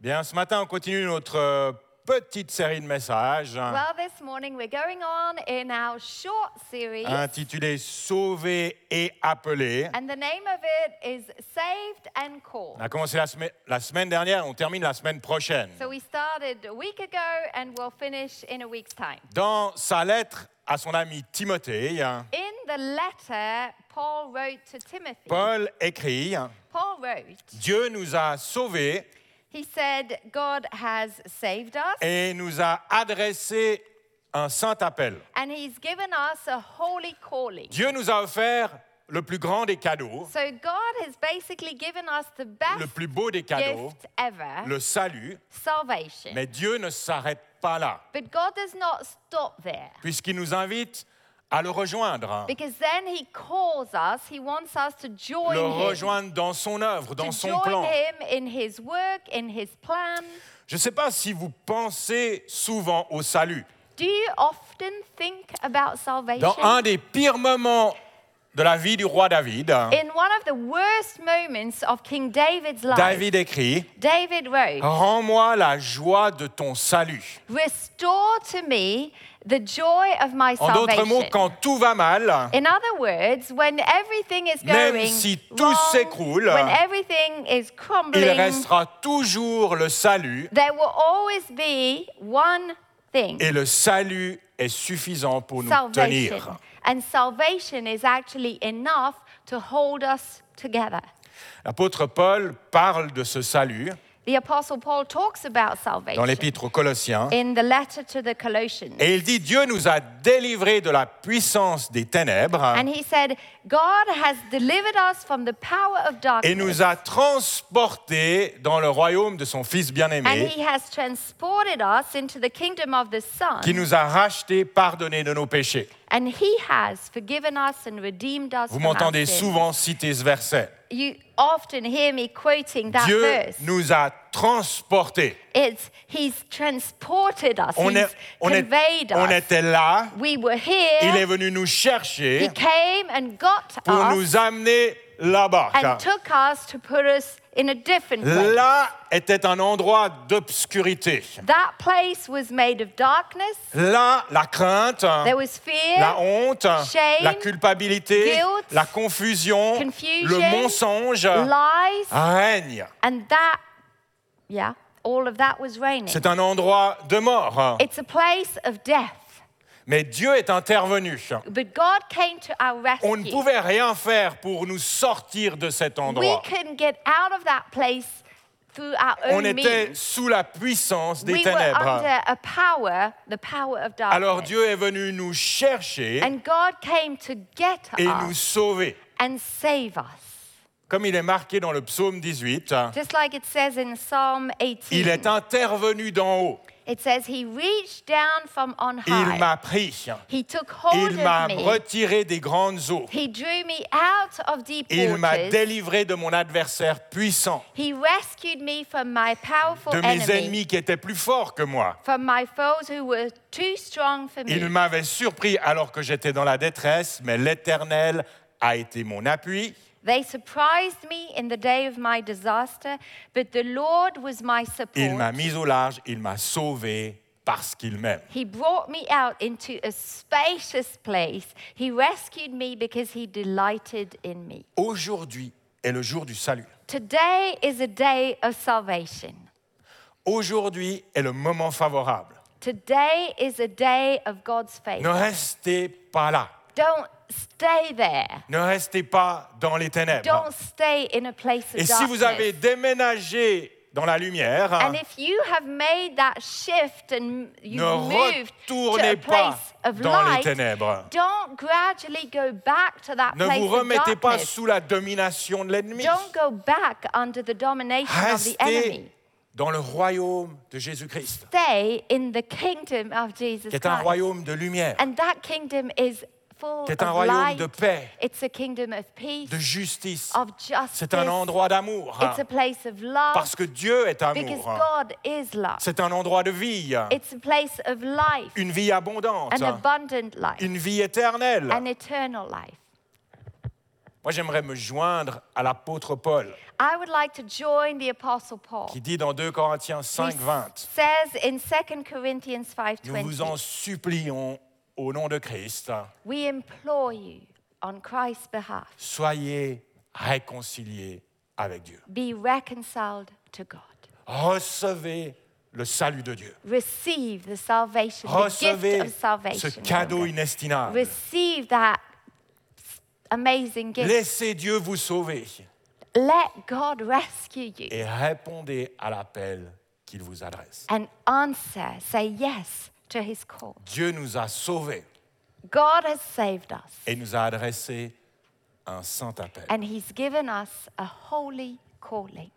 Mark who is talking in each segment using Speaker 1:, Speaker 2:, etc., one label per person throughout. Speaker 1: Bien, ce matin, on continue notre euh, petite série de messages hein,
Speaker 2: Well, this morning we're going on in our short series,
Speaker 1: Uh, intitulée Sauver et appeler.
Speaker 2: and the name of it is Saved and Called.
Speaker 1: On a commencé la, semaine- la semaine dernière, on termine la semaine prochaine.
Speaker 2: So we started a week ago and we'll finish in a week's time.
Speaker 1: Dans sa lettre à son ami Timothée, hein,
Speaker 2: In the letter Paul wrote to Timothy,
Speaker 1: Paul écrit hein,
Speaker 2: Paul wrote,
Speaker 1: Dieu nous a sauvés
Speaker 2: he said, God has saved us
Speaker 1: et nous a adressé un saint appel.
Speaker 2: and he's given us a holy calling.
Speaker 1: Dieu nous a offert le plus grand des cadeaux,
Speaker 2: So God has basically given us the
Speaker 1: le
Speaker 2: best
Speaker 1: plus beau des cadeaux,
Speaker 2: gift ever,
Speaker 1: le salut.
Speaker 2: salvation.
Speaker 1: Mais Dieu ne s'arrête pas là,
Speaker 2: But God does not stop there.
Speaker 1: puisqu'il nous invite à le rejoindre, hein,
Speaker 2: Because then he calls us, he wants us to join
Speaker 1: le
Speaker 2: him.
Speaker 1: rejoindre dans son œuvre,
Speaker 2: To
Speaker 1: dans son
Speaker 2: join
Speaker 1: plan.
Speaker 2: him in his work, in his plan.
Speaker 1: Je ne sais pas si vous pensez souvent au salut.
Speaker 2: Do you often think about salvation?
Speaker 1: Dans un des pires moments de la vie du roi David, hein,
Speaker 2: In one of the worst moments of King David's life,
Speaker 1: David écrit
Speaker 2: David wrote,
Speaker 1: Rends-moi la joie de ton salut.
Speaker 2: Restore to me the joy of my
Speaker 1: En d'autres
Speaker 2: salvation.
Speaker 1: mots, quand tout va mal,
Speaker 2: In other words, when everything is
Speaker 1: Même
Speaker 2: going
Speaker 1: si tout
Speaker 2: wrong,
Speaker 1: s'écroule,
Speaker 2: when everything is
Speaker 1: il
Speaker 2: crumbling,
Speaker 1: restera toujours le salut
Speaker 2: there will always be one thing.
Speaker 1: et le salut est suffisant pour nous
Speaker 2: salvation.
Speaker 1: tenir.
Speaker 2: And salvation is actually enough to hold us together.
Speaker 1: L'apôtre Paul parle de ce salut
Speaker 2: The Apostle Paul talks about
Speaker 1: dans
Speaker 2: salvation
Speaker 1: l'épître aux Colossiens
Speaker 2: in the letter to the Colossians.
Speaker 1: et il dit Dieu nous a délivrés de la puissance des ténèbres
Speaker 2: And he said, God has delivered us from the power of
Speaker 1: et
Speaker 2: darkness,
Speaker 1: nous a transportés dans le royaume de son Fils
Speaker 2: and
Speaker 1: bien-aimé
Speaker 2: he has transported us into the kingdom of the Son,
Speaker 1: qui nous a rachetés, pardonnés de nos péchés.
Speaker 2: and he has forgiven us and redeemed us.
Speaker 1: Vous
Speaker 2: from our
Speaker 1: m'entendez
Speaker 2: sin.
Speaker 1: souvent citer ce verset.
Speaker 2: You often hear me quoting that
Speaker 1: Dieu
Speaker 2: verse.
Speaker 1: nous a transportés.
Speaker 2: It's He's transported us,
Speaker 1: On,
Speaker 2: He's
Speaker 1: est- on est-
Speaker 2: conveyed
Speaker 1: on
Speaker 2: us.
Speaker 1: était là,
Speaker 2: We were
Speaker 1: Il est
Speaker 2: here.
Speaker 1: venu nous
Speaker 2: He
Speaker 1: chercher
Speaker 2: came and got
Speaker 1: pour
Speaker 2: us
Speaker 1: nous amener là-bas. car
Speaker 2: and took us to put us in a different place.
Speaker 1: Là était un endroit d'obscurité.
Speaker 2: That place was made of darkness.
Speaker 1: Là, la crainte, hein,
Speaker 2: There was
Speaker 1: la
Speaker 2: fear,
Speaker 1: honte,
Speaker 2: shame,
Speaker 1: la culpabilité,
Speaker 2: guilt,
Speaker 1: la confusion,
Speaker 2: confusion,
Speaker 1: le mensonge
Speaker 2: lies,
Speaker 1: Ah. règne.
Speaker 2: and that, yeah, all of that was raining.
Speaker 1: C'est un endroit de mort.
Speaker 2: It's a place of death.
Speaker 1: Mais Dieu est intervenu.
Speaker 2: But God came to our
Speaker 1: On ne
Speaker 2: rescue.
Speaker 1: pouvait rien faire pour nous sortir de cet
Speaker 2: We
Speaker 1: endroit.
Speaker 2: couldn't get out of that place through our
Speaker 1: On
Speaker 2: own
Speaker 1: était
Speaker 2: means.
Speaker 1: sous la puissance des
Speaker 2: We were
Speaker 1: ténèbres.
Speaker 2: under a power, the power of darkness.
Speaker 1: Alors Dieu est venu nous chercher
Speaker 2: and God came to get
Speaker 1: et nous
Speaker 2: us
Speaker 1: sauver.
Speaker 2: and save us.
Speaker 1: Comme il est marqué dans le psaume 18,
Speaker 2: Just like it says in Psalm 18.
Speaker 1: il est intervenu d'en haut.
Speaker 2: It says, He reached down from on
Speaker 1: Il
Speaker 2: high.
Speaker 1: m'a pris.
Speaker 2: He took hold
Speaker 1: Il m'a
Speaker 2: of me.
Speaker 1: retiré des grandes eaux.
Speaker 2: He drew me out of deep
Speaker 1: Il m'a
Speaker 2: waters.
Speaker 1: délivré de mon adversaire puissant,
Speaker 2: He rescued me from my powerful
Speaker 1: de mes
Speaker 2: enemy,
Speaker 1: ennemis qui étaient plus forts que moi.
Speaker 2: from my foes who were too strong for
Speaker 1: Il
Speaker 2: me.
Speaker 1: m'avait surpris alors que j'étais dans la détresse, mais l'Éternel a été mon appui.
Speaker 2: They surprised me in the day of my disaster, but the Lord was my
Speaker 1: Il m'a
Speaker 2: support.
Speaker 1: mis au large, il m'a sauvé parce qu'il m'aime.
Speaker 2: He brought me out into a spacious place. He rescued me because he delighted in me.
Speaker 1: Aujourd'hui est le jour du salut.
Speaker 2: Today is a day of salvation.
Speaker 1: Aujourd'hui est le moment favorable.
Speaker 2: Today is a day of God's favor.
Speaker 1: Ne restez pas là.
Speaker 2: Don't stay there.
Speaker 1: Ne restez pas dans les ténèbres.
Speaker 2: Don't stay in a place of
Speaker 1: Et si
Speaker 2: darkness.
Speaker 1: vous avez déménagé dans la lumière,
Speaker 2: and if you have made that shift and you've
Speaker 1: ne
Speaker 2: moved to a
Speaker 1: retournez pas
Speaker 2: place of
Speaker 1: dans les
Speaker 2: light,
Speaker 1: ténèbres.
Speaker 2: don't gradually go back to that
Speaker 1: Ne
Speaker 2: place
Speaker 1: vous remettez
Speaker 2: of
Speaker 1: pas
Speaker 2: darkness.
Speaker 1: sous la domination de l'ennemi.
Speaker 2: Don't go back under the domination of the enemy.
Speaker 1: Restez dans le royaume de Jésus-Christ,
Speaker 2: Stay in the kingdom of Jesus
Speaker 1: qui est un
Speaker 2: Christ.
Speaker 1: royaume de lumière,
Speaker 2: And that kingdom is full
Speaker 1: qui est un
Speaker 2: of
Speaker 1: royaume
Speaker 2: light.
Speaker 1: de paix,
Speaker 2: It's a kingdom of peace,
Speaker 1: de justice.
Speaker 2: of justice.
Speaker 1: C'est un endroit d'amour, hein,
Speaker 2: It's a place of love
Speaker 1: parce que Dieu est
Speaker 2: because
Speaker 1: amour.
Speaker 2: God is love.
Speaker 1: C'est un endroit de vie,
Speaker 2: It's a place of life,
Speaker 1: une vie abondante,
Speaker 2: an abundant life,
Speaker 1: une vie éternelle.
Speaker 2: an eternal life.
Speaker 1: Moi, j'aimerais me joindre à l'apôtre Paul,
Speaker 2: I would like to join the Apostle Paul.
Speaker 1: qui dit dans 2 Corinthiens
Speaker 2: who
Speaker 1: 5, 20,
Speaker 2: says in 2 Corinthians
Speaker 1: Nous vous en
Speaker 2: 5:20,
Speaker 1: supplions au nom de Christ,
Speaker 2: we implore you on Christ's behalf,
Speaker 1: soyez réconciliés avec Dieu.
Speaker 2: be reconciled to God.
Speaker 1: Recevez le salut de Dieu.
Speaker 2: Receive the salvation, the
Speaker 1: Recevez
Speaker 2: gift of salvation.
Speaker 1: ce
Speaker 2: from
Speaker 1: cadeau
Speaker 2: God.
Speaker 1: inestimable.
Speaker 2: Receive that amazing gift.
Speaker 1: Laissez Dieu vous sauver
Speaker 2: Let God rescue you
Speaker 1: et répondez à l'appel qu'il vous adresse.
Speaker 2: and answer, say yes to his call.
Speaker 1: Dieu nous a sauvés
Speaker 2: God has saved us
Speaker 1: et nous a adressé un saint appel.
Speaker 2: and he's given us a holy calling.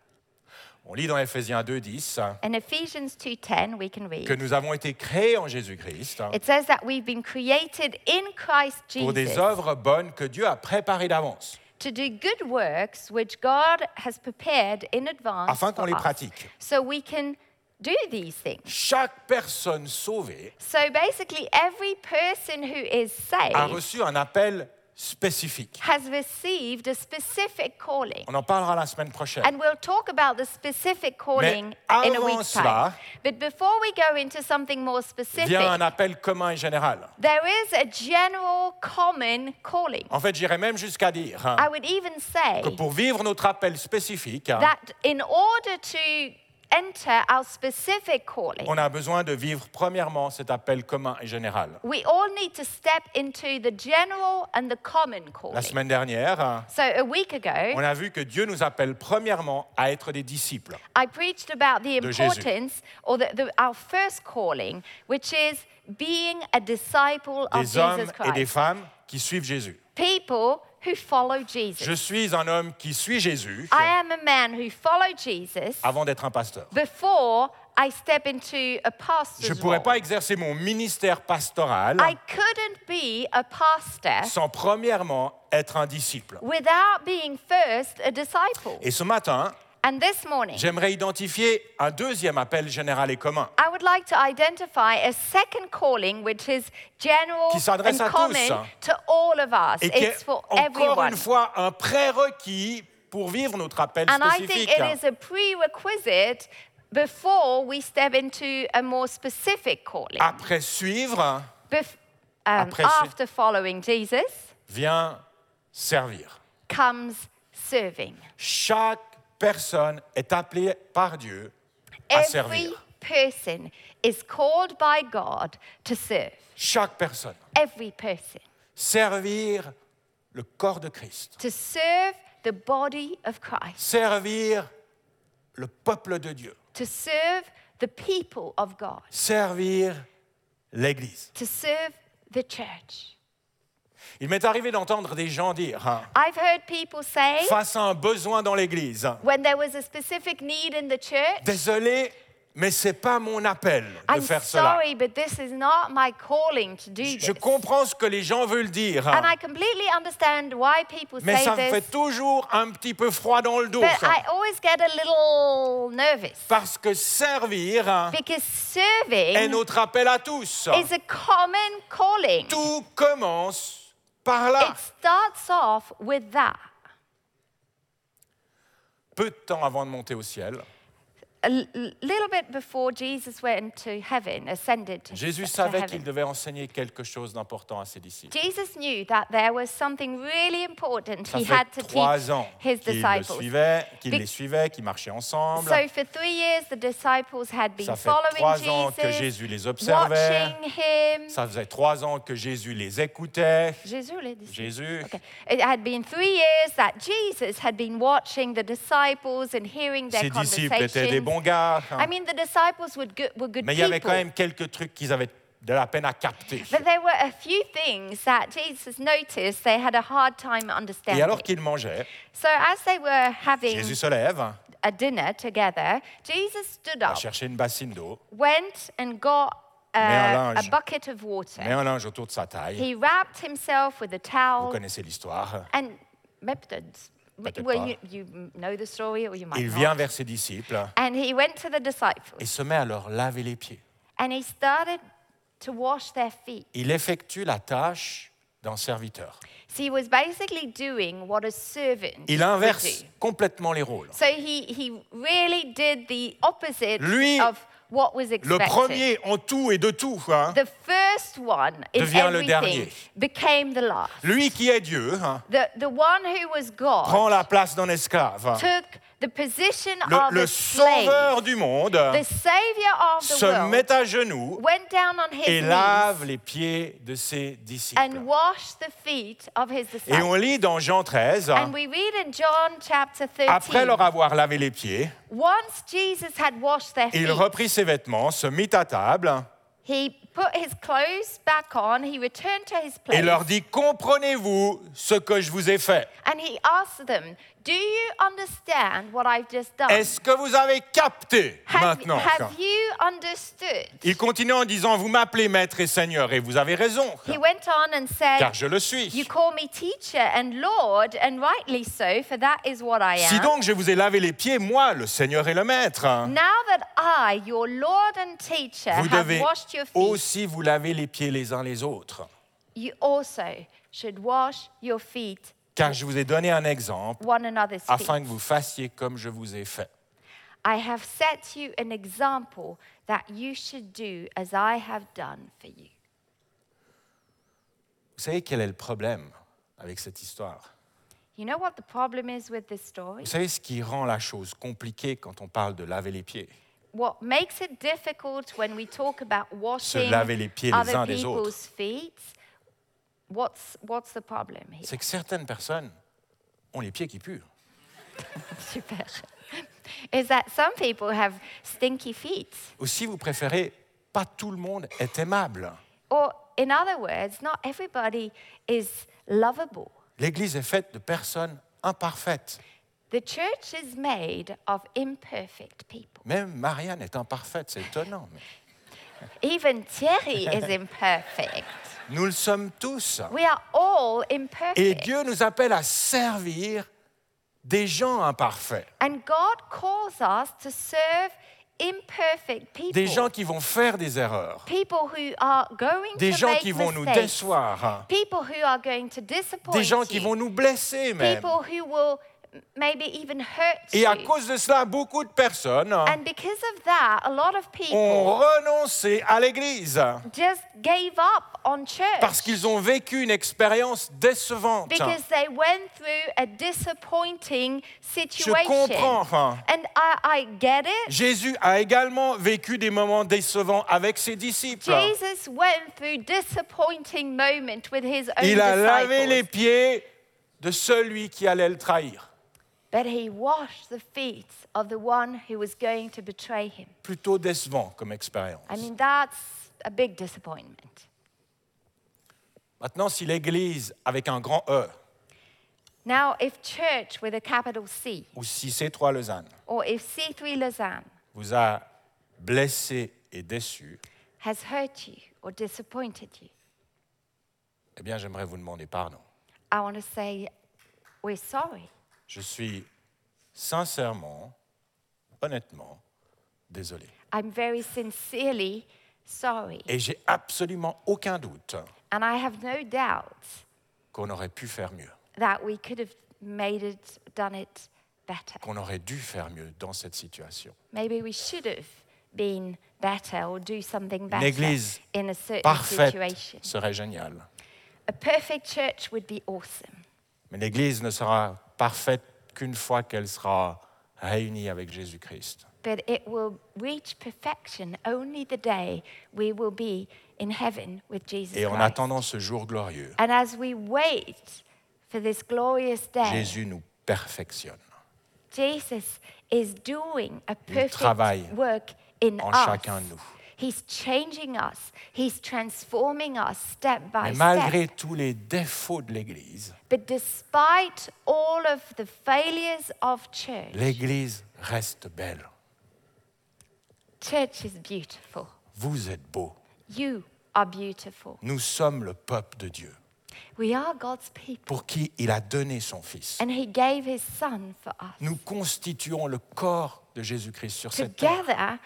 Speaker 1: On lit dans Éphésiens 2.10
Speaker 2: In Ephesians 2:10 we can read
Speaker 1: que nous avons été créés en Jésus-Christ
Speaker 2: It says that we've been created in Christ
Speaker 1: pour des
Speaker 2: Jesus
Speaker 1: œuvres bonnes que Dieu a préparées d'avance.
Speaker 2: to do good works which God has prepared in advance
Speaker 1: Afin qu'on
Speaker 2: for
Speaker 1: les
Speaker 2: us.
Speaker 1: pratique.
Speaker 2: So we can do these things.
Speaker 1: Chaque personne sauvée
Speaker 2: So basically every person who is
Speaker 1: a
Speaker 2: saved
Speaker 1: reçu un appel spécifique.
Speaker 2: has received a specific calling.
Speaker 1: On en parlera la semaine prochaine.
Speaker 2: And we'll talk about the specific calling in a
Speaker 1: avant
Speaker 2: week's
Speaker 1: cela,
Speaker 2: time. But before we go into something more specific,
Speaker 1: Vient un appel commun et général.
Speaker 2: there is a general common calling.
Speaker 1: En fait, j'irais même jusqu'à dire hein,
Speaker 2: I would even say
Speaker 1: que pour vivre notre appel spécifique, hein,
Speaker 2: that in order to enter our specific calling,
Speaker 1: on a besoin de vivre premièrement cet appel commun et général.
Speaker 2: we all need to step into the general and the common
Speaker 1: La
Speaker 2: calling.
Speaker 1: semaine dernière, hein,
Speaker 2: So a week
Speaker 1: on
Speaker 2: ago,
Speaker 1: a vu que Dieu nous appelle premièrement à être des disciples.
Speaker 2: I preached about the
Speaker 1: De Jésus.
Speaker 2: importance or the, the, our first calling, which is being a disciple of
Speaker 1: des hommes
Speaker 2: Jesus
Speaker 1: et des
Speaker 2: Christ.
Speaker 1: femmes qui suivent Jésus.
Speaker 2: People who follow Jesus.
Speaker 1: Je suis un homme qui suit Jésus
Speaker 2: I am a man who followed Jesus
Speaker 1: avant d'être un pasteur.
Speaker 2: before I step into a pastor's
Speaker 1: Je ne pourrais
Speaker 2: role.
Speaker 1: pas exercer mon ministère pastoral
Speaker 2: I couldn't be a pastor
Speaker 1: sans premièrement être un disciple.
Speaker 2: without being first a disciple.
Speaker 1: Et ce matin,
Speaker 2: And this morning,
Speaker 1: j'aimerais identifier un deuxième appel général et commun
Speaker 2: I would like to identify a second calling which is general
Speaker 1: Qui s'adresse
Speaker 2: and
Speaker 1: à tous,
Speaker 2: common
Speaker 1: hein.
Speaker 2: to all of us.
Speaker 1: et qui
Speaker 2: It's
Speaker 1: est
Speaker 2: for
Speaker 1: encore
Speaker 2: everyone.
Speaker 1: une fois un prérequis pour vivre notre appel
Speaker 2: And I think
Speaker 1: spécifique.
Speaker 2: it is a prerequisite before we step into a more specific calling.
Speaker 1: Après suivre
Speaker 2: Bef- um,
Speaker 1: Après ce-
Speaker 2: after following Jesus
Speaker 1: vient servir.
Speaker 2: comes serving.
Speaker 1: Chaque personne est appelée par Dieu à
Speaker 2: Every
Speaker 1: servir.
Speaker 2: person is called by God to serve.
Speaker 1: Chaque personne.
Speaker 2: Every person.
Speaker 1: servir le corps de Christ,
Speaker 2: To serve the body of Christ.
Speaker 1: servir le peuple de Dieu,
Speaker 2: To serve the people of God.
Speaker 1: servir l'Église.
Speaker 2: To serve the church.
Speaker 1: Il m'est arrivé d'entendre des gens dire, hein,
Speaker 2: I've heard people say
Speaker 1: face à un besoin dans l'Église, hein,
Speaker 2: when there was a specific need in the church,
Speaker 1: désolé, mais c'est pas mon appel de
Speaker 2: I'm
Speaker 1: faire cela.
Speaker 2: sorry, but this is not my calling to do
Speaker 1: Je
Speaker 2: this.
Speaker 1: comprends ce que les gens veulent dire, hein,
Speaker 2: And I completely understand why people
Speaker 1: mais
Speaker 2: say
Speaker 1: ça me
Speaker 2: this.
Speaker 1: fait toujours un petit peu froid dans le dos.
Speaker 2: But
Speaker 1: ça.
Speaker 2: I always get a little nervous
Speaker 1: Parce que servir hein,
Speaker 2: because
Speaker 1: est
Speaker 2: serving
Speaker 1: notre appel à tous. hein.
Speaker 2: is a common calling.
Speaker 1: Tout commence par là.
Speaker 2: It starts off with that.
Speaker 1: Peu de temps avant de monter au ciel,
Speaker 2: A l- little bit before Jesus went to heaven, ascended to,
Speaker 1: Jésus
Speaker 2: to
Speaker 1: savait
Speaker 2: heaven.
Speaker 1: qu'il devait enseigner quelque chose d'important à ses disciples.
Speaker 2: Jesus knew that there was something really important
Speaker 1: Ça
Speaker 2: he
Speaker 1: fait
Speaker 2: had to
Speaker 1: trois
Speaker 2: teach
Speaker 1: ans
Speaker 2: his
Speaker 1: qu'il le
Speaker 2: disciples.
Speaker 1: suivait, qu'il
Speaker 2: Be-
Speaker 1: les suivait, qu'ils marchaient ensemble.
Speaker 2: So for three years, the disciples had been
Speaker 1: Ça fait
Speaker 2: following
Speaker 1: trois ans que
Speaker 2: Jesus,
Speaker 1: Jésus les observait.
Speaker 2: watching him.
Speaker 1: Ça faisait trois ans que Jésus les écoutait.
Speaker 2: Jésus les disciples.
Speaker 1: Jésus.
Speaker 2: Okay. It had been three years that Jesus had been watching the disciples and hearing their
Speaker 1: Ses disciples étaient des
Speaker 2: conversations.
Speaker 1: bons gars. hein.
Speaker 2: I mean, the disciples were good, were good
Speaker 1: Mais il y
Speaker 2: people.
Speaker 1: avait quand même quelques trucs qu'ils avaient de la peine à capter.
Speaker 2: But there were a few things that Jesus noticed they had a hard time
Speaker 1: Et
Speaker 2: understanding.
Speaker 1: alors qu'ils mangeaient,
Speaker 2: so as they were having
Speaker 1: Jésus se lève,
Speaker 2: a dinner together, Jesus stood
Speaker 1: va
Speaker 2: up,
Speaker 1: chercher une bassine d'eau,
Speaker 2: went and got
Speaker 1: un
Speaker 2: uh, a
Speaker 1: linge.
Speaker 2: bucket of water.
Speaker 1: met un linge autour de sa taille.
Speaker 2: He wrapped himself with a
Speaker 1: Vous
Speaker 2: towel
Speaker 1: connaissez l'histoire.
Speaker 2: and methods.
Speaker 1: Peut-être
Speaker 2: Well,
Speaker 1: pas.
Speaker 2: you, you know the story or you might
Speaker 1: Il
Speaker 2: not.
Speaker 1: vient vers ses disciples
Speaker 2: And he went to the
Speaker 1: et
Speaker 2: disciples
Speaker 1: se met à leur laver les pieds.
Speaker 2: and he started to wash their feet.
Speaker 1: il effectue la tâche d'un serviteur.
Speaker 2: So he was basically doing what a servant
Speaker 1: Il
Speaker 2: would
Speaker 1: inverse
Speaker 2: do.
Speaker 1: complètement les rôles.
Speaker 2: So he, he really did the opposite
Speaker 1: Lui,
Speaker 2: of what was
Speaker 1: Le
Speaker 2: expected.
Speaker 1: premier en tout et de tout. hein.
Speaker 2: the first one in
Speaker 1: Devient le
Speaker 2: everything
Speaker 1: dernier.
Speaker 2: became the last.
Speaker 1: Lui qui est Dieu hein,
Speaker 2: The, the one who was God
Speaker 1: prend la place d'un esclave. hein.
Speaker 2: took the position
Speaker 1: Le,
Speaker 2: of
Speaker 1: le
Speaker 2: a slave.
Speaker 1: sauveur du monde
Speaker 2: The savior of the
Speaker 1: se
Speaker 2: world
Speaker 1: met à genoux
Speaker 2: went down on his
Speaker 1: et
Speaker 2: knees
Speaker 1: lave les pieds de ses disciples.
Speaker 2: and washed the feet of his
Speaker 1: Et
Speaker 2: disciples.
Speaker 1: on lit dans Jean 13, hein,
Speaker 2: and we read in John chapter 13,
Speaker 1: après leur avoir lavé les pieds,
Speaker 2: once Jesus had washed their feet,
Speaker 1: il reprit ses vêtements, se mit à table
Speaker 2: he put his clothes back on, he returned to his
Speaker 1: et
Speaker 2: place,
Speaker 1: leur dit, comprenez-vous ce que je vous ai fait
Speaker 2: and he asked them, Do you understand what I've just done?
Speaker 1: Est-ce que vous avez capté
Speaker 2: Ah. have,
Speaker 1: maintenant
Speaker 2: have you understood?
Speaker 1: Il continue en disant, vous m'appelez maître et seigneur, et vous avez raison,
Speaker 2: He went on and said,
Speaker 1: car je le
Speaker 2: You
Speaker 1: suis.
Speaker 2: call me teacher and Lord, and rightly so, for that is what I am.
Speaker 1: Si donc je vous ai lavé les pieds, moi, le seigneur et le maître,
Speaker 2: Now that I, your Lord and teacher,
Speaker 1: vous
Speaker 2: have
Speaker 1: devez
Speaker 2: washed your feet,
Speaker 1: aussi vous laver les pieds les uns les autres.
Speaker 2: you also should wash your feet
Speaker 1: Car je vous ai donné un exemple
Speaker 2: one another's
Speaker 1: afin
Speaker 2: feet.
Speaker 1: que vous fassiez comme je vous ai fait.
Speaker 2: I have set you an example that you should do as I have done for you.
Speaker 1: Vous savez quel est le problème avec cette histoire
Speaker 2: You know what the problem is with this story?
Speaker 1: Vous savez ce qui rend la chose compliquée quand on parle de laver les pieds
Speaker 2: What makes it difficult when we talk about washing
Speaker 1: laver les pieds les
Speaker 2: other
Speaker 1: uns des
Speaker 2: people's
Speaker 1: autres.
Speaker 2: feet? What's, what's the problem here?
Speaker 1: C'est que certaines personnes ont les pieds qui puent.
Speaker 2: Super. Is that some people have stinky feet.
Speaker 1: Ou si vous préférez, pas tout le monde est aimable.
Speaker 2: Or, in other words, not everybody is lovable.
Speaker 1: L'Église est faite de personnes imparfaites.
Speaker 2: The church is made of imperfect people.
Speaker 1: Même Marianne est imparfaite, c'est étonnant. mais
Speaker 2: Even Thierry is imperfect.
Speaker 1: nous le sommes tous.
Speaker 2: We are all
Speaker 1: Et
Speaker 2: imperfect.
Speaker 1: Dieu nous appelle à servir des gens imparfaits,
Speaker 2: And God calls us to serve imperfect people.
Speaker 1: des gens qui vont faire des erreurs,
Speaker 2: people who are going
Speaker 1: des
Speaker 2: to
Speaker 1: gens
Speaker 2: make
Speaker 1: qui vont nous
Speaker 2: mistakes.
Speaker 1: décevoir, hein,
Speaker 2: People who are going to disappoint
Speaker 1: des gens qui
Speaker 2: you.
Speaker 1: vont nous blesser même.
Speaker 2: people who will maybe even hurt
Speaker 1: Et à
Speaker 2: you.
Speaker 1: cause de cela, beaucoup de personnes hein,
Speaker 2: And because of that, a lot of
Speaker 1: ont
Speaker 2: people
Speaker 1: renoncé à l'Église
Speaker 2: just gave up on church
Speaker 1: parce qu'ils ont vécu une expérience décevante.
Speaker 2: because they went through a disappointing situation.
Speaker 1: comprends, enfin.
Speaker 2: And I, I get it.
Speaker 1: Jésus a également vécu des moments décevants avec ses disciples.
Speaker 2: Jesus went through disappointing moment with his own
Speaker 1: Il a lavé
Speaker 2: disciples,
Speaker 1: les pieds de celui qui allait le trahir,
Speaker 2: but he washed the feet of the one who was going to betray him.
Speaker 1: plutôt décevant comme expérience.
Speaker 2: I mean, that's a big disappointment.
Speaker 1: Maintenant, si l'Église avec un grand E,
Speaker 2: Now, if church with a capital C,
Speaker 1: ou si C3 Lausanne,
Speaker 2: or if C3 Lausanne
Speaker 1: vous a blessé et déçu,
Speaker 2: has hurt you or disappointed you,
Speaker 1: eh bien, j'aimerais vous demander pardon.
Speaker 2: I want to say we're sorry.
Speaker 1: Je suis sincèrement, honnêtement, désolé.
Speaker 2: I'm very sincerely sorry.
Speaker 1: Et j'ai absolument aucun doute
Speaker 2: And I have no doubt
Speaker 1: qu'on aurait pu faire mieux,
Speaker 2: that we could have made it, done it better.
Speaker 1: qu'on aurait dû faire mieux dans cette situation.
Speaker 2: Maybe we should have been better or do something better
Speaker 1: église
Speaker 2: in a certain situation.
Speaker 1: Parfaite serait génial.
Speaker 2: A perfect church would be awesome.
Speaker 1: Mais l'Église ne sera parfaite qu'une fois qu'elle sera réunie avec Jésus-Christ.
Speaker 2: But it will reach perfection only the day we will be in heaven with Jesus
Speaker 1: Et en
Speaker 2: Christ.
Speaker 1: attendant ce jour glorieux,
Speaker 2: And as we wait for this glorious day,
Speaker 1: Jésus nous perfectionne
Speaker 2: Jesus is doing a
Speaker 1: Il
Speaker 2: perfect
Speaker 1: travaille
Speaker 2: work in
Speaker 1: en
Speaker 2: us.
Speaker 1: chacun de nous.
Speaker 2: He's changing us. He's transforming us step by
Speaker 1: Mais malgré
Speaker 2: step.
Speaker 1: tous les défauts de l'Église,
Speaker 2: But despite all of the failures of church,
Speaker 1: l'Église reste belle.
Speaker 2: church is beautiful.
Speaker 1: Vous êtes beaux.
Speaker 2: You are beautiful.
Speaker 1: Nous sommes le peuple de Dieu,
Speaker 2: We are God's people.
Speaker 1: pour qui il a donné son Fils.
Speaker 2: And He gave His Son for us.
Speaker 1: Nous constituons le corps de Jésus-Christ sur cette terre.
Speaker 2: Together,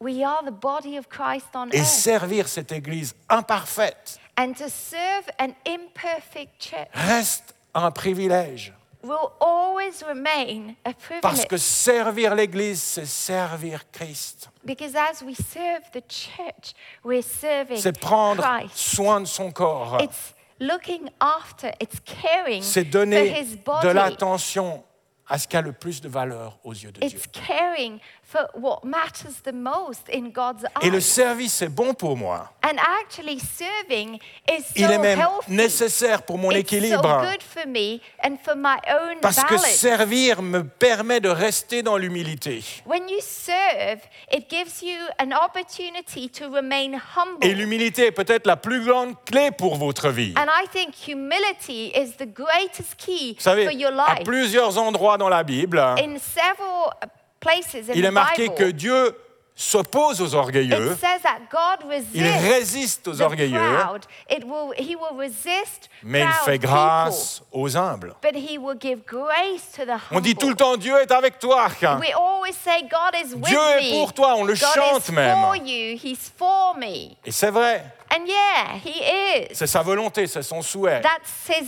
Speaker 2: we are the body of Christ on
Speaker 1: Et
Speaker 2: earth.
Speaker 1: servir cette Église imparfaite,
Speaker 2: And to serve an imperfect church
Speaker 1: reste un privilège.
Speaker 2: will always remain a
Speaker 1: Parce que
Speaker 2: privilege.
Speaker 1: servir l'Église, c'est servir Christ.
Speaker 2: Because as we serve the church, we're serving
Speaker 1: C'est prendre
Speaker 2: Christ.
Speaker 1: soin de son corps.
Speaker 2: It's looking after, it's caring
Speaker 1: C'est
Speaker 2: for
Speaker 1: donner
Speaker 2: his
Speaker 1: de
Speaker 2: body.
Speaker 1: l'attention à ce qui a le plus de valeur aux yeux de Dieu.
Speaker 2: It's caring for what matters the most in God's
Speaker 1: Et le
Speaker 2: eyes.
Speaker 1: service est bon pour moi.
Speaker 2: And actually serving is so
Speaker 1: Il est même
Speaker 2: healthy.
Speaker 1: nécessaire pour mon
Speaker 2: it's
Speaker 1: équilibre.
Speaker 2: so good for me and for my own
Speaker 1: Parce que
Speaker 2: balance.
Speaker 1: servir me permet de rester dans l'humilité.
Speaker 2: When you serve, it gives you an opportunity to remain humble.
Speaker 1: Et l'humilité est peut-être la plus grande clé pour votre vie.
Speaker 2: And I think humility is the greatest key
Speaker 1: Vous savez,
Speaker 2: for your
Speaker 1: à
Speaker 2: life.
Speaker 1: plusieurs endroits dans la Bible, hein,
Speaker 2: In several uh, places in
Speaker 1: il est
Speaker 2: the
Speaker 1: marqué
Speaker 2: Bible,
Speaker 1: que Dieu s'oppose aux orgueilleux,
Speaker 2: it says that God
Speaker 1: il
Speaker 2: resists
Speaker 1: résiste aux
Speaker 2: the
Speaker 1: orgueilleux,
Speaker 2: proud. It will, he will resist
Speaker 1: mais il
Speaker 2: proud
Speaker 1: fait
Speaker 2: people,
Speaker 1: grâce aux humbles.
Speaker 2: but he will give grace to the humble.
Speaker 1: On dit tout le temps Dieu est avec toi. hein.
Speaker 2: We always say God is with
Speaker 1: Dieu est
Speaker 2: me.
Speaker 1: pour toi, on le
Speaker 2: God
Speaker 1: chante
Speaker 2: is
Speaker 1: même.
Speaker 2: for you. He's for me.
Speaker 1: Et c'est vrai,
Speaker 2: And yeah, he is.
Speaker 1: c'est sa volonté, c'est son souhait.
Speaker 2: That's his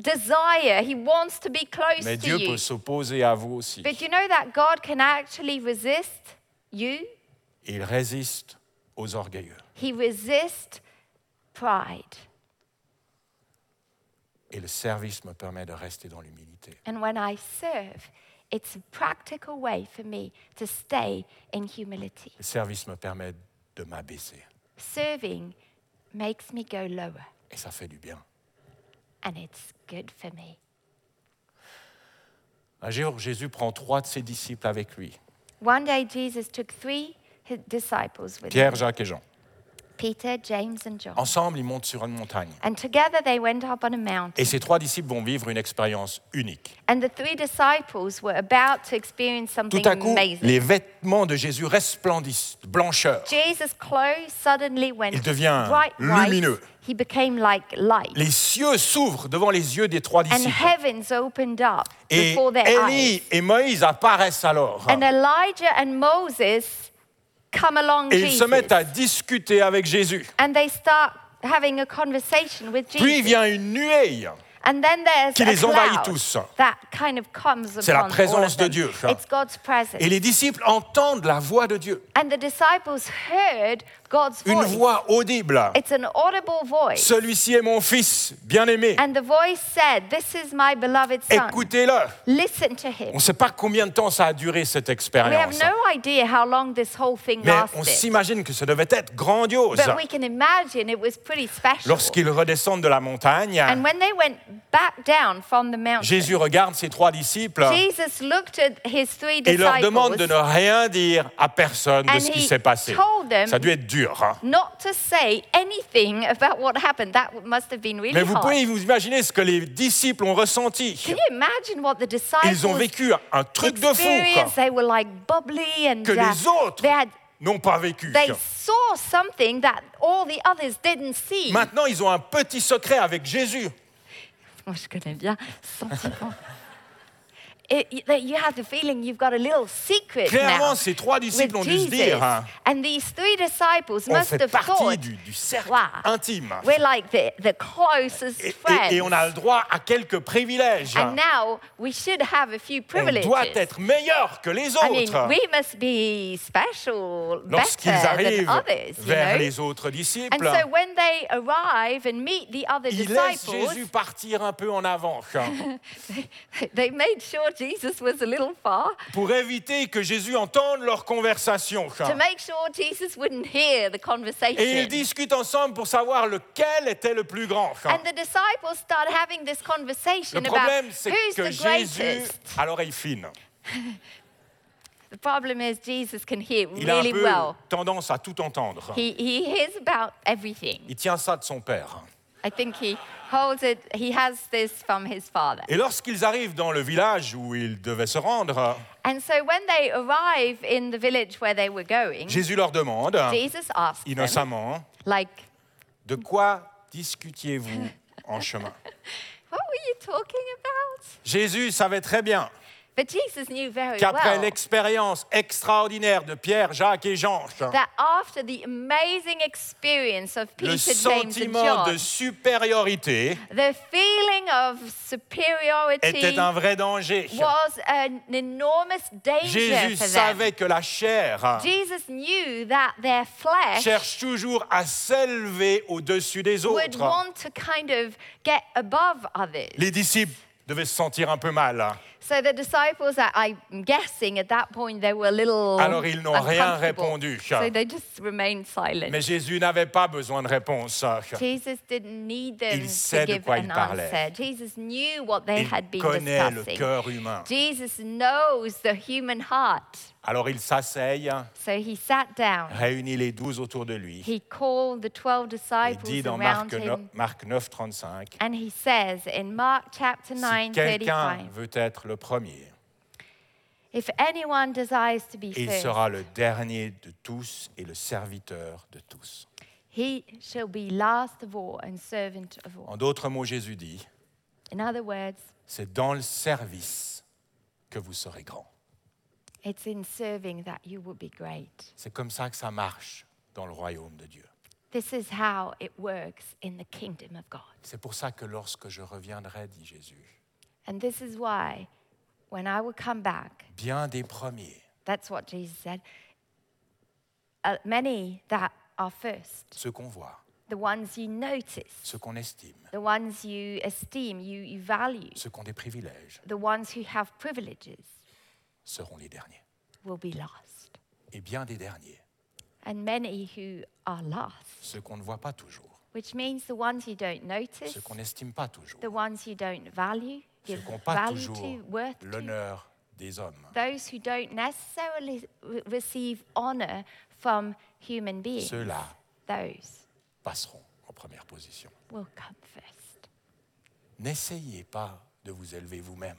Speaker 2: desire. He wants to be close
Speaker 1: Mais
Speaker 2: to
Speaker 1: Dieu
Speaker 2: you.
Speaker 1: peut s'opposer à vous aussi.
Speaker 2: But you know that God can actually resist you?
Speaker 1: Il résiste aux orgueilleux.
Speaker 2: He resists pride.
Speaker 1: Et le service me permet de rester dans l'humilité.
Speaker 2: And when I serve, it's a practical way for me to stay in humility.
Speaker 1: Le service me permet de m'abaisser.
Speaker 2: Serving makes me go lower,
Speaker 1: Et ça fait du bien.
Speaker 2: and it's good for me.
Speaker 1: Un jour, Jésus prend trois de ses disciples avec lui,
Speaker 2: One day, Jesus took three hi- disciples with
Speaker 1: Pierre,
Speaker 2: him
Speaker 1: Jacques et Jean.
Speaker 2: Peter, James, and John.
Speaker 1: Ensemble, ils montent sur une montagne.
Speaker 2: And together they went up on a mountain.
Speaker 1: Et ces trois disciples vont vivre une expérience unique.
Speaker 2: And the three disciples were about to experience
Speaker 1: Tout
Speaker 2: something
Speaker 1: à coup,
Speaker 2: amazing.
Speaker 1: les vêtements de Jésus resplendissent, de blancheur.
Speaker 2: Jesus' clothes suddenly went
Speaker 1: Il devient
Speaker 2: bright white.
Speaker 1: lumineux.
Speaker 2: He became like light.
Speaker 1: Les cieux s'ouvrent devant les yeux des trois
Speaker 2: and
Speaker 1: disciples.
Speaker 2: heavens opened up
Speaker 1: Et
Speaker 2: before their eyes.
Speaker 1: Élie et Moïse apparaissent alors.
Speaker 2: And Elijah and Moses come along
Speaker 1: Et ils
Speaker 2: Jesus.
Speaker 1: se mettent à discuter avec Jésus.
Speaker 2: And they start having a conversation with Jesus.
Speaker 1: Puis vient une nuée.
Speaker 2: and then there's
Speaker 1: qui
Speaker 2: a
Speaker 1: les envahit
Speaker 2: cloud
Speaker 1: tous.
Speaker 2: that kind of comes upon
Speaker 1: C'est la
Speaker 2: all
Speaker 1: présence
Speaker 2: of
Speaker 1: de
Speaker 2: them.
Speaker 1: Dieu.
Speaker 2: It's God's presence.
Speaker 1: Et les disciples entendent la voix de Dieu,
Speaker 2: and the disciples heard God's
Speaker 1: une
Speaker 2: voice.
Speaker 1: voix audible.
Speaker 2: It's an audible voice.
Speaker 1: Celui-ci est mon fils bien-aimé.
Speaker 2: And the voice said, This is my beloved son.
Speaker 1: Écoutez-le.
Speaker 2: Listen to
Speaker 1: On
Speaker 2: him.
Speaker 1: ne sait pas combien de temps ça a duré cette
Speaker 2: We have
Speaker 1: expérience, hein.
Speaker 2: no idea how long this whole thing
Speaker 1: mais on
Speaker 2: lasted.
Speaker 1: s'imagine que ça devait être grandiose.
Speaker 2: But we can imagine it was pretty special.
Speaker 1: Lorsqu'ils redescendent de la
Speaker 2: And
Speaker 1: montagne,
Speaker 2: when they went back down from the mountain,
Speaker 1: Jésus regarde ses trois disciples
Speaker 2: Jesus looked at his three
Speaker 1: et leur demande
Speaker 2: disciples
Speaker 1: de ne rien dire à personne de
Speaker 2: And
Speaker 1: ce qui
Speaker 2: he
Speaker 1: s'est passé.
Speaker 2: told them-
Speaker 1: Ça a dû être dur. hein.
Speaker 2: not to say anything about what happened. That must have been really
Speaker 1: Mais vous pouvez
Speaker 2: hard.
Speaker 1: vous imaginer ce que les disciples ont ressenti.
Speaker 2: Can you imagine what the
Speaker 1: Ils ont
Speaker 2: disciples
Speaker 1: vécu un truc de
Speaker 2: experienced?
Speaker 1: fou
Speaker 2: They were like bubbly and
Speaker 1: que
Speaker 2: uh,
Speaker 1: les autres
Speaker 2: they had
Speaker 1: n'ont pas vécu.
Speaker 2: They saw something that all the others didn't see.
Speaker 1: Maintenant, ils ont un petit secret avec Jésus.
Speaker 2: Moi, Oh, je connais bien ce sentiment. It- that you have the feeling you've got a little secret
Speaker 1: Clairement,
Speaker 2: now
Speaker 1: ces trois disciples ont
Speaker 2: with
Speaker 1: dû se
Speaker 2: Jesus.
Speaker 1: dire, hein,
Speaker 2: and these three disciples
Speaker 1: on
Speaker 2: must
Speaker 1: fait
Speaker 2: have
Speaker 1: partie
Speaker 2: thought,
Speaker 1: du, du cercle
Speaker 2: wow,
Speaker 1: intime.
Speaker 2: we're like the, the closest
Speaker 1: Et,
Speaker 2: friends.
Speaker 1: et- et on a le droit à quelques privilèges.
Speaker 2: and now we should have a few
Speaker 1: On
Speaker 2: privileges.
Speaker 1: doit être meilleur que les
Speaker 2: I mean,
Speaker 1: autres.
Speaker 2: we must be special,
Speaker 1: Lorsqu'ils
Speaker 2: better
Speaker 1: arrivent
Speaker 2: than others, you
Speaker 1: vers
Speaker 2: know?
Speaker 1: les autres
Speaker 2: And
Speaker 1: disciples,
Speaker 2: so when they arrive and meet the other
Speaker 1: ils laissent
Speaker 2: disciples,
Speaker 1: Jésus partir un peu en hein, avant
Speaker 2: they made sure Jesus was a little far
Speaker 1: pour éviter que Jésus entende leur conversation. hein.
Speaker 2: to make sure Jesus wouldn't hear the
Speaker 1: Et ils
Speaker 2: conversation.
Speaker 1: discutent ensemble pour savoir lequel était le plus grand. hein.
Speaker 2: And the disciples start having this
Speaker 1: Le
Speaker 2: conversation about
Speaker 1: problème, c'est
Speaker 2: who's
Speaker 1: que
Speaker 2: the
Speaker 1: Jésus
Speaker 2: greatest.
Speaker 1: a l'oreille fine.
Speaker 2: The problem is Jesus can hear
Speaker 1: Il a un
Speaker 2: really
Speaker 1: peu
Speaker 2: well.
Speaker 1: tendance à tout entendre.
Speaker 2: He, he hears about everything.
Speaker 1: Il tient ça de son père. hein.
Speaker 2: I think he holds it, he has this from his father.
Speaker 1: Et lorsqu'ils arrivent dans le village où ils devaient se rendre,
Speaker 2: And so when they arrive in the village where they were going,
Speaker 1: Jésus leur demande,
Speaker 2: Jesus asks them,
Speaker 1: innocemment,
Speaker 2: like,
Speaker 1: de quoi discutiez-vous en chemin
Speaker 2: What were you talking about?
Speaker 1: Jésus savait très bien
Speaker 2: But Jesus knew very
Speaker 1: qu'après
Speaker 2: well
Speaker 1: l'expérience extraordinaire de Pierre, Jacques et Jean,
Speaker 2: that after the amazing experience of
Speaker 1: le
Speaker 2: Peter, James, and
Speaker 1: sentiment
Speaker 2: John,
Speaker 1: de supériorité
Speaker 2: the feeling of superiority
Speaker 1: était un vrai danger.
Speaker 2: was an enormous danger
Speaker 1: Jésus
Speaker 2: for them.
Speaker 1: savait que la chair
Speaker 2: Jesus knew that their flesh
Speaker 1: cherche toujours à s'élever au-dessus des
Speaker 2: would
Speaker 1: autres.
Speaker 2: want to kind of get above others.
Speaker 1: Les disciples devaient se sentir un peu mal.
Speaker 2: So the disciples, I- I'm guessing at that point, they were a little.
Speaker 1: Alors, ils n'ont rien
Speaker 2: uncomfortable.
Speaker 1: répondu.
Speaker 2: So they just remained silent.
Speaker 1: Mais Jésus n'avait pas besoin de réponse.
Speaker 2: Jesus didn't need them
Speaker 1: Il sait
Speaker 2: to
Speaker 1: de
Speaker 2: give
Speaker 1: quoi il
Speaker 2: an
Speaker 1: parlait.
Speaker 2: answer. Jesus knew what they had
Speaker 1: Il
Speaker 2: been
Speaker 1: connaît le
Speaker 2: discussing.
Speaker 1: cœur humain.
Speaker 2: Jesus knows the human heart.
Speaker 1: Alors il s'asseye,
Speaker 2: So he sat down.
Speaker 1: réunit les douze autour de lui.
Speaker 2: He called the 12
Speaker 1: Il dit
Speaker 2: disciples
Speaker 1: dans
Speaker 2: around
Speaker 1: Marc, no-
Speaker 2: him.
Speaker 1: Marc 9, 35,
Speaker 2: And he says in Mark chapter 9,
Speaker 1: si quelqu'un
Speaker 2: 35,
Speaker 1: veut être le premier,
Speaker 2: if anyone desires to be
Speaker 1: il
Speaker 2: first,
Speaker 1: sera le dernier de tous et le serviteur de tous.
Speaker 2: he shall be last of all and servant of all.
Speaker 1: En d'autres mots, Jésus dit,
Speaker 2: In other words,
Speaker 1: c'est dans le service que vous serez grand.
Speaker 2: it's in serving that you will be great.
Speaker 1: C'est comme ça que ça marche dans le royaume de Dieu.
Speaker 2: This is how it works in the kingdom of God.
Speaker 1: C'est pour ça que lorsque je reviendrai, dit Jésus,
Speaker 2: And this is why when I will come back,
Speaker 1: bien des premiers
Speaker 2: that's what Jesus said. Uh, many that are first,
Speaker 1: ceux qu'on voit,
Speaker 2: the ones you notice,
Speaker 1: ceux qu'on estime,
Speaker 2: the ones you esteem, you, you value,
Speaker 1: ceux qui ont des privilèges,
Speaker 2: the ones who have privileges
Speaker 1: seront les derniers.
Speaker 2: will be last.
Speaker 1: Et bien des derniers,
Speaker 2: And many who are last,
Speaker 1: ceux qu'on ne voit pas toujours,
Speaker 2: which means the ones you don't notice,
Speaker 1: ceux qu'on n'estime pas toujours,
Speaker 2: the ones you don't value,
Speaker 1: ceux
Speaker 2: give
Speaker 1: qui n'ont pas
Speaker 2: value
Speaker 1: toujours
Speaker 2: to, worth to,
Speaker 1: l'honneur des hommes.
Speaker 2: those who don't necessarily re- receive honor from human beings.
Speaker 1: Ceux-là
Speaker 2: Those
Speaker 1: passeront en première position.
Speaker 2: will come first.
Speaker 1: N'essayez pas de vous élever vous-même.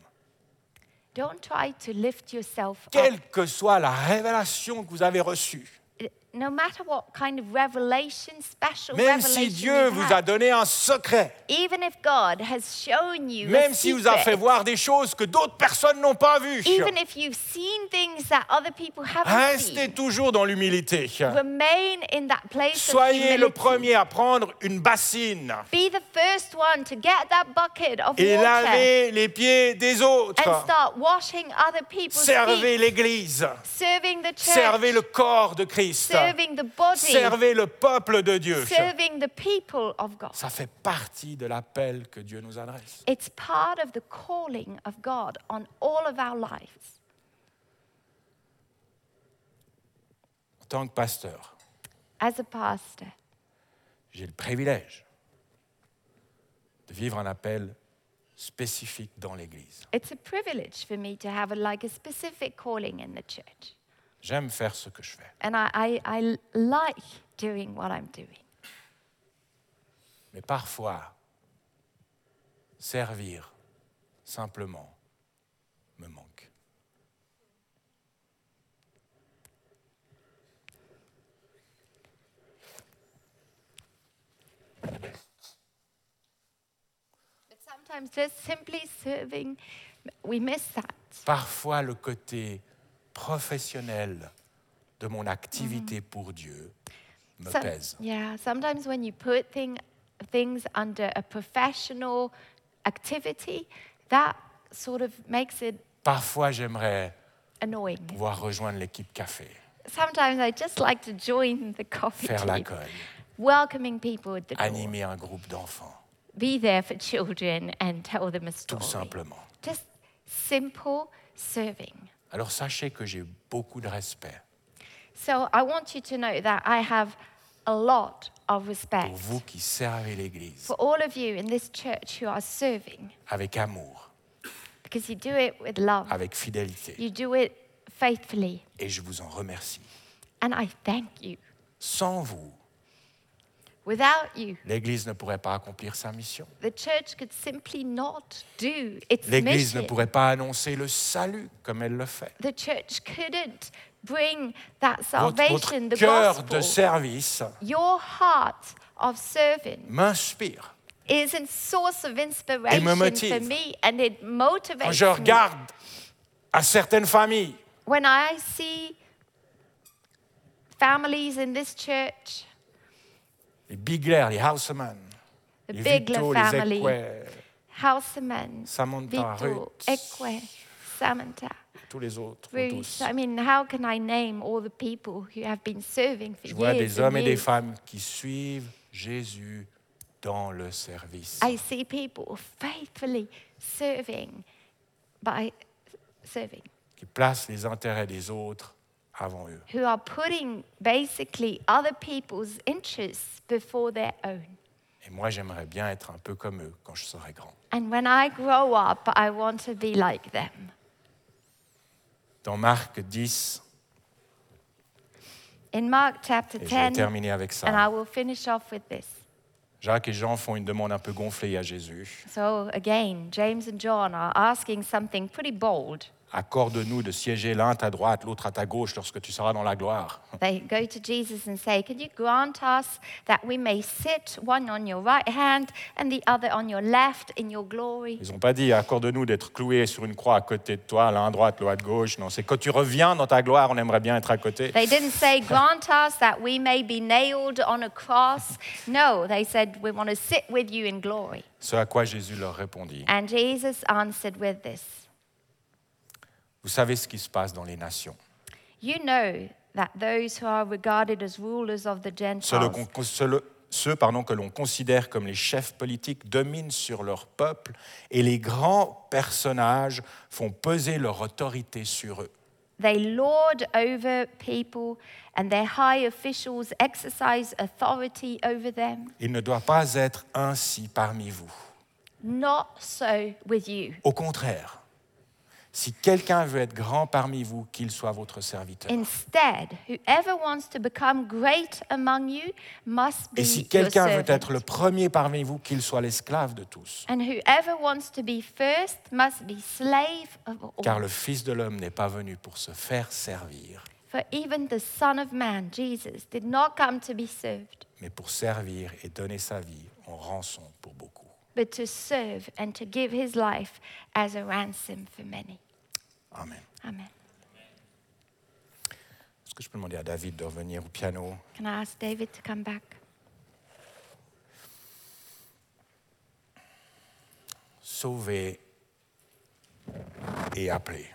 Speaker 2: Don't try to lift yourself up.
Speaker 1: Quelle que soit la révélation que vous avez reçue,
Speaker 2: It- No matter what kind of revelation, special
Speaker 1: même
Speaker 2: revelation,
Speaker 1: si Dieu
Speaker 2: you
Speaker 1: vous a
Speaker 2: have,
Speaker 1: donné un secret,
Speaker 2: even if God has shown you, a
Speaker 1: même s'il vous a fait
Speaker 2: secret,
Speaker 1: voir des choses que d'autres personnes n'ont pas vues,
Speaker 2: even if you've seen things that other people haven't
Speaker 1: restez
Speaker 2: seen,
Speaker 1: toujours dans l'humilité.
Speaker 2: remain in that place
Speaker 1: Soyez
Speaker 2: of
Speaker 1: le
Speaker 2: humility.
Speaker 1: premier à prendre une bassine
Speaker 2: Be the first one to get that bucket of
Speaker 1: et
Speaker 2: water
Speaker 1: laver les pieds des
Speaker 2: and
Speaker 1: autres.
Speaker 2: start washing other people's
Speaker 1: Servez
Speaker 2: feet,
Speaker 1: l'Église,
Speaker 2: serving the church,
Speaker 1: servez le corps de Christ,
Speaker 2: serving the body,
Speaker 1: servez le peuple de Dieu.
Speaker 2: serving the people of God.
Speaker 1: Ça fait partie de l'appel que Dieu nous adresse.
Speaker 2: It's part of the calling of God on all of our lives.
Speaker 1: En tant que pasteur,
Speaker 2: As a pastor,
Speaker 1: j'ai le privilège de vivre un appel spécifique dans l'Église.
Speaker 2: it's a privilege for me to have a, like a specific calling in the church.
Speaker 1: J'aime faire ce que je fais,
Speaker 2: And I, I, I like doing what I'm doing.
Speaker 1: mais parfois, servir simplement me manque.
Speaker 2: But sometimes just simply serving, we miss that.
Speaker 1: Parfois, le côté professionnel de mon
Speaker 2: Mhm.
Speaker 1: activité pour Dieu me
Speaker 2: Some-
Speaker 1: pèse.
Speaker 2: yeah, sometimes when you put thing, things under a professional activity, that sort of makes it
Speaker 1: Parfois, j'aimerais
Speaker 2: annoying.
Speaker 1: pouvoir rejoindre l'équipe café,
Speaker 2: Sometimes I just like to join the coffee
Speaker 1: faire la
Speaker 2: team,
Speaker 1: colle,
Speaker 2: welcoming people at the door,
Speaker 1: animer un groupe d'enfants,
Speaker 2: be there for children and tell them a story.
Speaker 1: tout simplement.
Speaker 2: Just simple serving.
Speaker 1: Alors sachez que j'ai beaucoup de respect
Speaker 2: So I want you to know that I have a lot of respect
Speaker 1: pour vous qui servez l'Église
Speaker 2: for all of you in this church who are serving
Speaker 1: avec amour,
Speaker 2: because you do it with love.
Speaker 1: avec fidélité.
Speaker 2: You do it faithfully,
Speaker 1: Et je vous en remercie.
Speaker 2: and I thank you.
Speaker 1: Sans vous,
Speaker 2: Without you,
Speaker 1: l'Église ne pourrait pas accomplir sa mission.
Speaker 2: the church could simply not do its
Speaker 1: L'Église ne
Speaker 2: mission.
Speaker 1: pourrait pas annoncer le salut comme elle le fait.
Speaker 2: The church couldn't bring that
Speaker 1: Votre, votre
Speaker 2: salvation, the
Speaker 1: cœur de
Speaker 2: gospel.
Speaker 1: service
Speaker 2: Your heart of serving
Speaker 1: m'inspire.
Speaker 2: is a source of inspiration
Speaker 1: motive.
Speaker 2: for me, and it
Speaker 1: Quand je
Speaker 2: motivates me.
Speaker 1: regarde à certaines familles,
Speaker 2: When I see families in this church,
Speaker 1: les Bigler, les Houseman,
Speaker 2: the
Speaker 1: les
Speaker 2: Bigler
Speaker 1: Vito, les
Speaker 2: family,
Speaker 1: Equer,
Speaker 2: Houseman,
Speaker 1: Samantha,
Speaker 2: Vito,
Speaker 1: Ruth,
Speaker 2: Ekwe, Samantha,
Speaker 1: tous les autres.
Speaker 2: Ruth.
Speaker 1: tous.
Speaker 2: I mean, how can I name all the people who have been serving for
Speaker 1: Je vois
Speaker 2: years?
Speaker 1: des
Speaker 2: and
Speaker 1: hommes et des
Speaker 2: years?
Speaker 1: femmes qui suivent Jésus dans le service.
Speaker 2: I see people faithfully serving by serving,
Speaker 1: qui placent les intérêts des autres avant eux.
Speaker 2: who are putting basically other people's interests before their own.
Speaker 1: Et moi, j'aimerais bien être un peu comme eux quand je serai grand.
Speaker 2: And when I grow up, I want to be like them.
Speaker 1: Dans Marc 10,
Speaker 2: In Mark chapter
Speaker 1: et je vais
Speaker 2: 10,
Speaker 1: terminer avec
Speaker 2: and I
Speaker 1: ça,
Speaker 2: will finish off with this.
Speaker 1: Jacques et Jean font une demande un peu gonflée à Jésus.
Speaker 2: So again, James and John are asking something pretty bold.
Speaker 1: Accorde-nous de siéger l'un à ta droite, l'autre à ta gauche lorsque tu seras dans la gloire.
Speaker 2: They go to Jesus and say, Can you grant us that we may sit one on your right hand and the other on your left in your glory?
Speaker 1: Ils n'ont pas dit accorde-nous d'être cloués sur une croix à côté de toi, l'un à droite, l'autre à gauche. Non, c'est quand tu reviens dans ta gloire, on aimerait bien être à côté.
Speaker 2: They didn't say, Grant us that we may be nailed on a cross. No, they said, We want to sit with you in glory.
Speaker 1: Ce à quoi Jésus leur répondit
Speaker 2: And Jesus answered with this
Speaker 1: Vous savez ce qui se passe dans les nations.
Speaker 2: You know that those who are regarded as rulers of the
Speaker 1: Ceux, le-
Speaker 2: Gentiles.
Speaker 1: con- ceux le- ceux, pardon, que l'on considère comme les chefs politiques dominent sur leur peuple et les grands personnages font peser leur autorité sur eux.
Speaker 2: They lord over people, and their high officials exercise authority over them.
Speaker 1: Il ne doit pas être ainsi parmi vous.
Speaker 2: Not so with you.
Speaker 1: Au contraire, si quelqu'un veut être grand parmi vous, qu'il soit votre serviteur.
Speaker 2: Instead, whoever wants to become great among you must be
Speaker 1: Et si
Speaker 2: your
Speaker 1: quelqu'un veut
Speaker 2: servant.
Speaker 1: être le premier parmi vous, qu'il soit l'esclave de tous.
Speaker 2: And whoever wants to be first must be slave of all.
Speaker 1: Car le Fils de l'homme n'est pas venu pour se faire servir,
Speaker 2: For even the Son of Man, Jesus, did not come to be served,
Speaker 1: mais pour servir et donner sa vie en rançon pour beaucoup.
Speaker 2: but to serve and to give his life as a ransom for many.
Speaker 1: Amen.
Speaker 2: Amen.
Speaker 1: Est-ce que je peux demander à David de revenir au piano
Speaker 2: Can I ask David to come back?
Speaker 1: Sauver et appeler.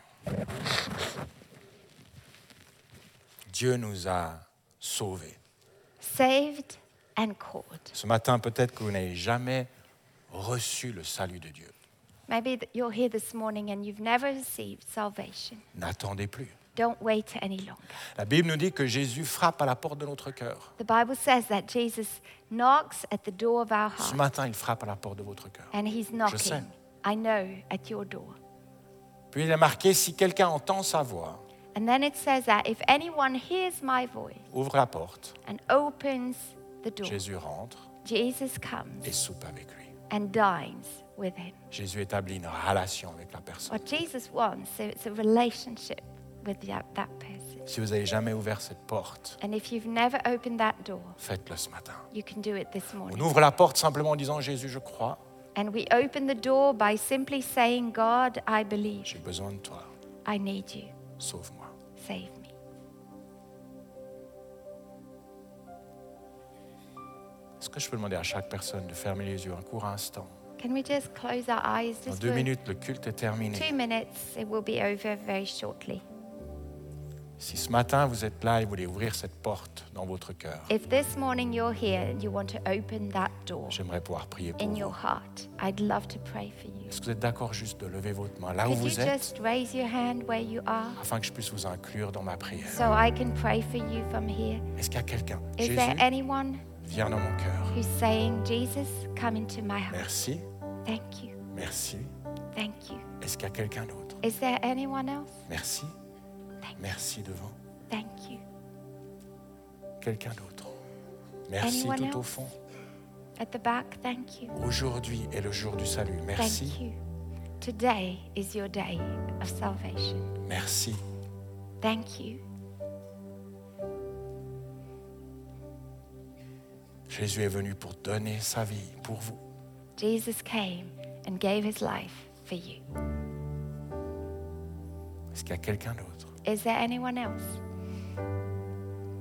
Speaker 1: Dieu nous a sauvés.
Speaker 2: Saved and called.
Speaker 1: Ce matin, peut-être que vous n'avez jamais reçu le salut de Dieu.
Speaker 2: Maybe that you're here this morning and you've never received salvation.
Speaker 1: N'attendez plus.
Speaker 2: Don't wait any longer.
Speaker 1: La Bible nous dit que Jésus frappe à la porte de notre cœur.
Speaker 2: The Bible says that Jesus knocks at the door of our
Speaker 1: Ce
Speaker 2: heart
Speaker 1: matin, il frappe à la porte de votre cœur.
Speaker 2: and he's
Speaker 1: sais.
Speaker 2: knocking, I know, at your door.
Speaker 1: Puis il est marqué, si quelqu'un entend sa voix,
Speaker 2: And then it says that if anyone hears my voice
Speaker 1: ouvre la porte,
Speaker 2: and opens the door,
Speaker 1: Jésus rentre
Speaker 2: Jesus comes
Speaker 1: et soupe avec lui.
Speaker 2: and dines with him.
Speaker 1: Jésus établit une relation avec la personne.
Speaker 2: What Jesus wants, so it's a relationship with that, that person.
Speaker 1: Si vous n'avez jamais ouvert cette porte,
Speaker 2: And if you've never opened that door,
Speaker 1: faites-le ce matin.
Speaker 2: you can do it this morning.
Speaker 1: On ouvre la porte simplement en disant Jésus, je crois,
Speaker 2: And we open the door by simply saying, God, I believe.
Speaker 1: j'ai besoin de toi,
Speaker 2: I need you.
Speaker 1: sauve-moi.
Speaker 2: Save me.
Speaker 1: Est-ce que je peux demander à chaque personne de fermer les yeux un court instant
Speaker 2: Can we just close our eyes
Speaker 1: Dans
Speaker 2: just
Speaker 1: deux
Speaker 2: for
Speaker 1: minutes, le culte est
Speaker 2: two
Speaker 1: terminé.
Speaker 2: minutes? It will be over very shortly.
Speaker 1: Si ce matin vous êtes là et vous voulez ouvrir cette porte dans votre cœur,
Speaker 2: If this morning you're here and you want to open that door
Speaker 1: j'aimerais pouvoir prier pour
Speaker 2: in your
Speaker 1: vous.
Speaker 2: heart, I'd love to pray for you.
Speaker 1: Est-ce que vous êtes d'accord juste de lever votre main là où
Speaker 2: Could you
Speaker 1: vous êtes
Speaker 2: just raise your hand where you are
Speaker 1: afin que je puisse vous inclure dans ma prière
Speaker 2: so I can pray for you from here?
Speaker 1: Est-ce qu'il y a quelqu'un
Speaker 2: Is
Speaker 1: Jésus,
Speaker 2: there anyone
Speaker 1: viens dans mon cœur.
Speaker 2: who's saying, Jesus, come into my heart?
Speaker 1: Merci,
Speaker 2: Thank you.
Speaker 1: merci.
Speaker 2: Thank you.
Speaker 1: Est-ce qu'il y a quelqu'un d'autre
Speaker 2: Is there anyone else?
Speaker 1: Merci,
Speaker 2: Thank you.
Speaker 1: merci devant.
Speaker 2: Thank you.
Speaker 1: quelqu'un d'autre. Merci
Speaker 2: Anyone
Speaker 1: tout au
Speaker 2: else?
Speaker 1: fond.
Speaker 2: At the back, thank you.
Speaker 1: Aujourd'hui est le jour du salut.
Speaker 2: Thank
Speaker 1: Merci,
Speaker 2: you. Today is your day of salvation.
Speaker 1: merci,
Speaker 2: Thank you.
Speaker 1: Jésus est venu pour donner sa vie pour vous.
Speaker 2: Jesus came and gave his life for you.
Speaker 1: Est-ce qu'il y a quelqu'un d'autre
Speaker 2: Is there anyone else?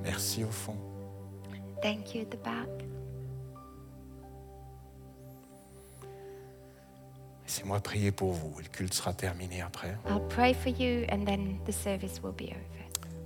Speaker 1: Merci au fond.
Speaker 2: Thank you at the back.
Speaker 1: Laissez-moi prier pour vous. Le culte sera terminé après.
Speaker 2: I'll pray for you and then the service will be over.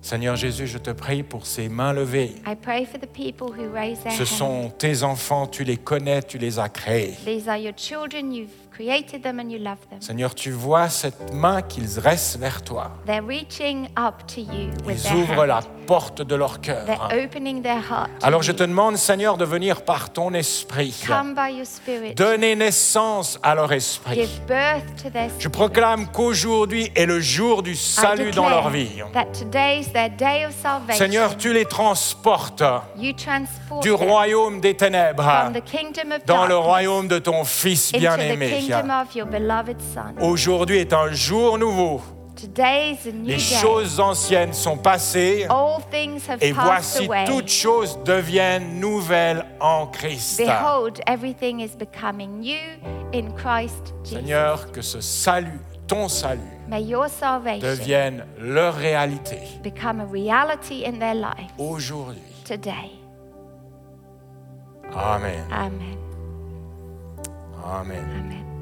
Speaker 1: Seigneur Jésus, je te prie pour ces mains levées.
Speaker 2: I pray for the people who raise their
Speaker 1: Ce
Speaker 2: hands.
Speaker 1: sont tes enfants, tu les connais, tu les as créés.
Speaker 2: These are your children, you've created them and you love them.
Speaker 1: Seigneur, tu vois cette main qu'ils restent vers toi.
Speaker 2: They're reaching up to you
Speaker 1: Ils
Speaker 2: with their
Speaker 1: ouvrent la
Speaker 2: hand.
Speaker 1: porte de leur cœur.
Speaker 2: They're opening their heart. to
Speaker 1: Alors je
Speaker 2: you.
Speaker 1: te demande, Seigneur, de venir par ton esprit.
Speaker 2: Come by your spirit.
Speaker 1: Donner naissance à leur esprit.
Speaker 2: Give birth to their
Speaker 1: Je proclame qu'aujourd'hui est le jour du
Speaker 2: I
Speaker 1: salut
Speaker 2: declare
Speaker 1: dans leur vie.
Speaker 2: That today's their day of salvation.
Speaker 1: Seigneur, tu les transportes
Speaker 2: you transport
Speaker 1: du
Speaker 2: them
Speaker 1: royaume des ténèbres
Speaker 2: from the kingdom of
Speaker 1: dans le
Speaker 2: darkness
Speaker 1: royaume de ton Fils
Speaker 2: into the
Speaker 1: bien-aimé.
Speaker 2: kingdom of your beloved Son.
Speaker 1: Oh, Aujourd'hui est un jour nouveau.
Speaker 2: Today's a new
Speaker 1: Les
Speaker 2: day.
Speaker 1: choses anciennes sont passées
Speaker 2: All things have
Speaker 1: et
Speaker 2: Oh, passed
Speaker 1: voici
Speaker 2: away.
Speaker 1: toutes choses deviennent nouvelles en Christ.
Speaker 2: Behold, everything is becoming new in Christ Jesus.
Speaker 1: Seigneur, que ce salut, ton salut,
Speaker 2: May your salvation
Speaker 1: devienne leur réalité
Speaker 2: become a reality in their life
Speaker 1: aujourd'hui.
Speaker 2: today.
Speaker 1: Amen.
Speaker 2: Amen.
Speaker 1: Amen.
Speaker 2: Amen.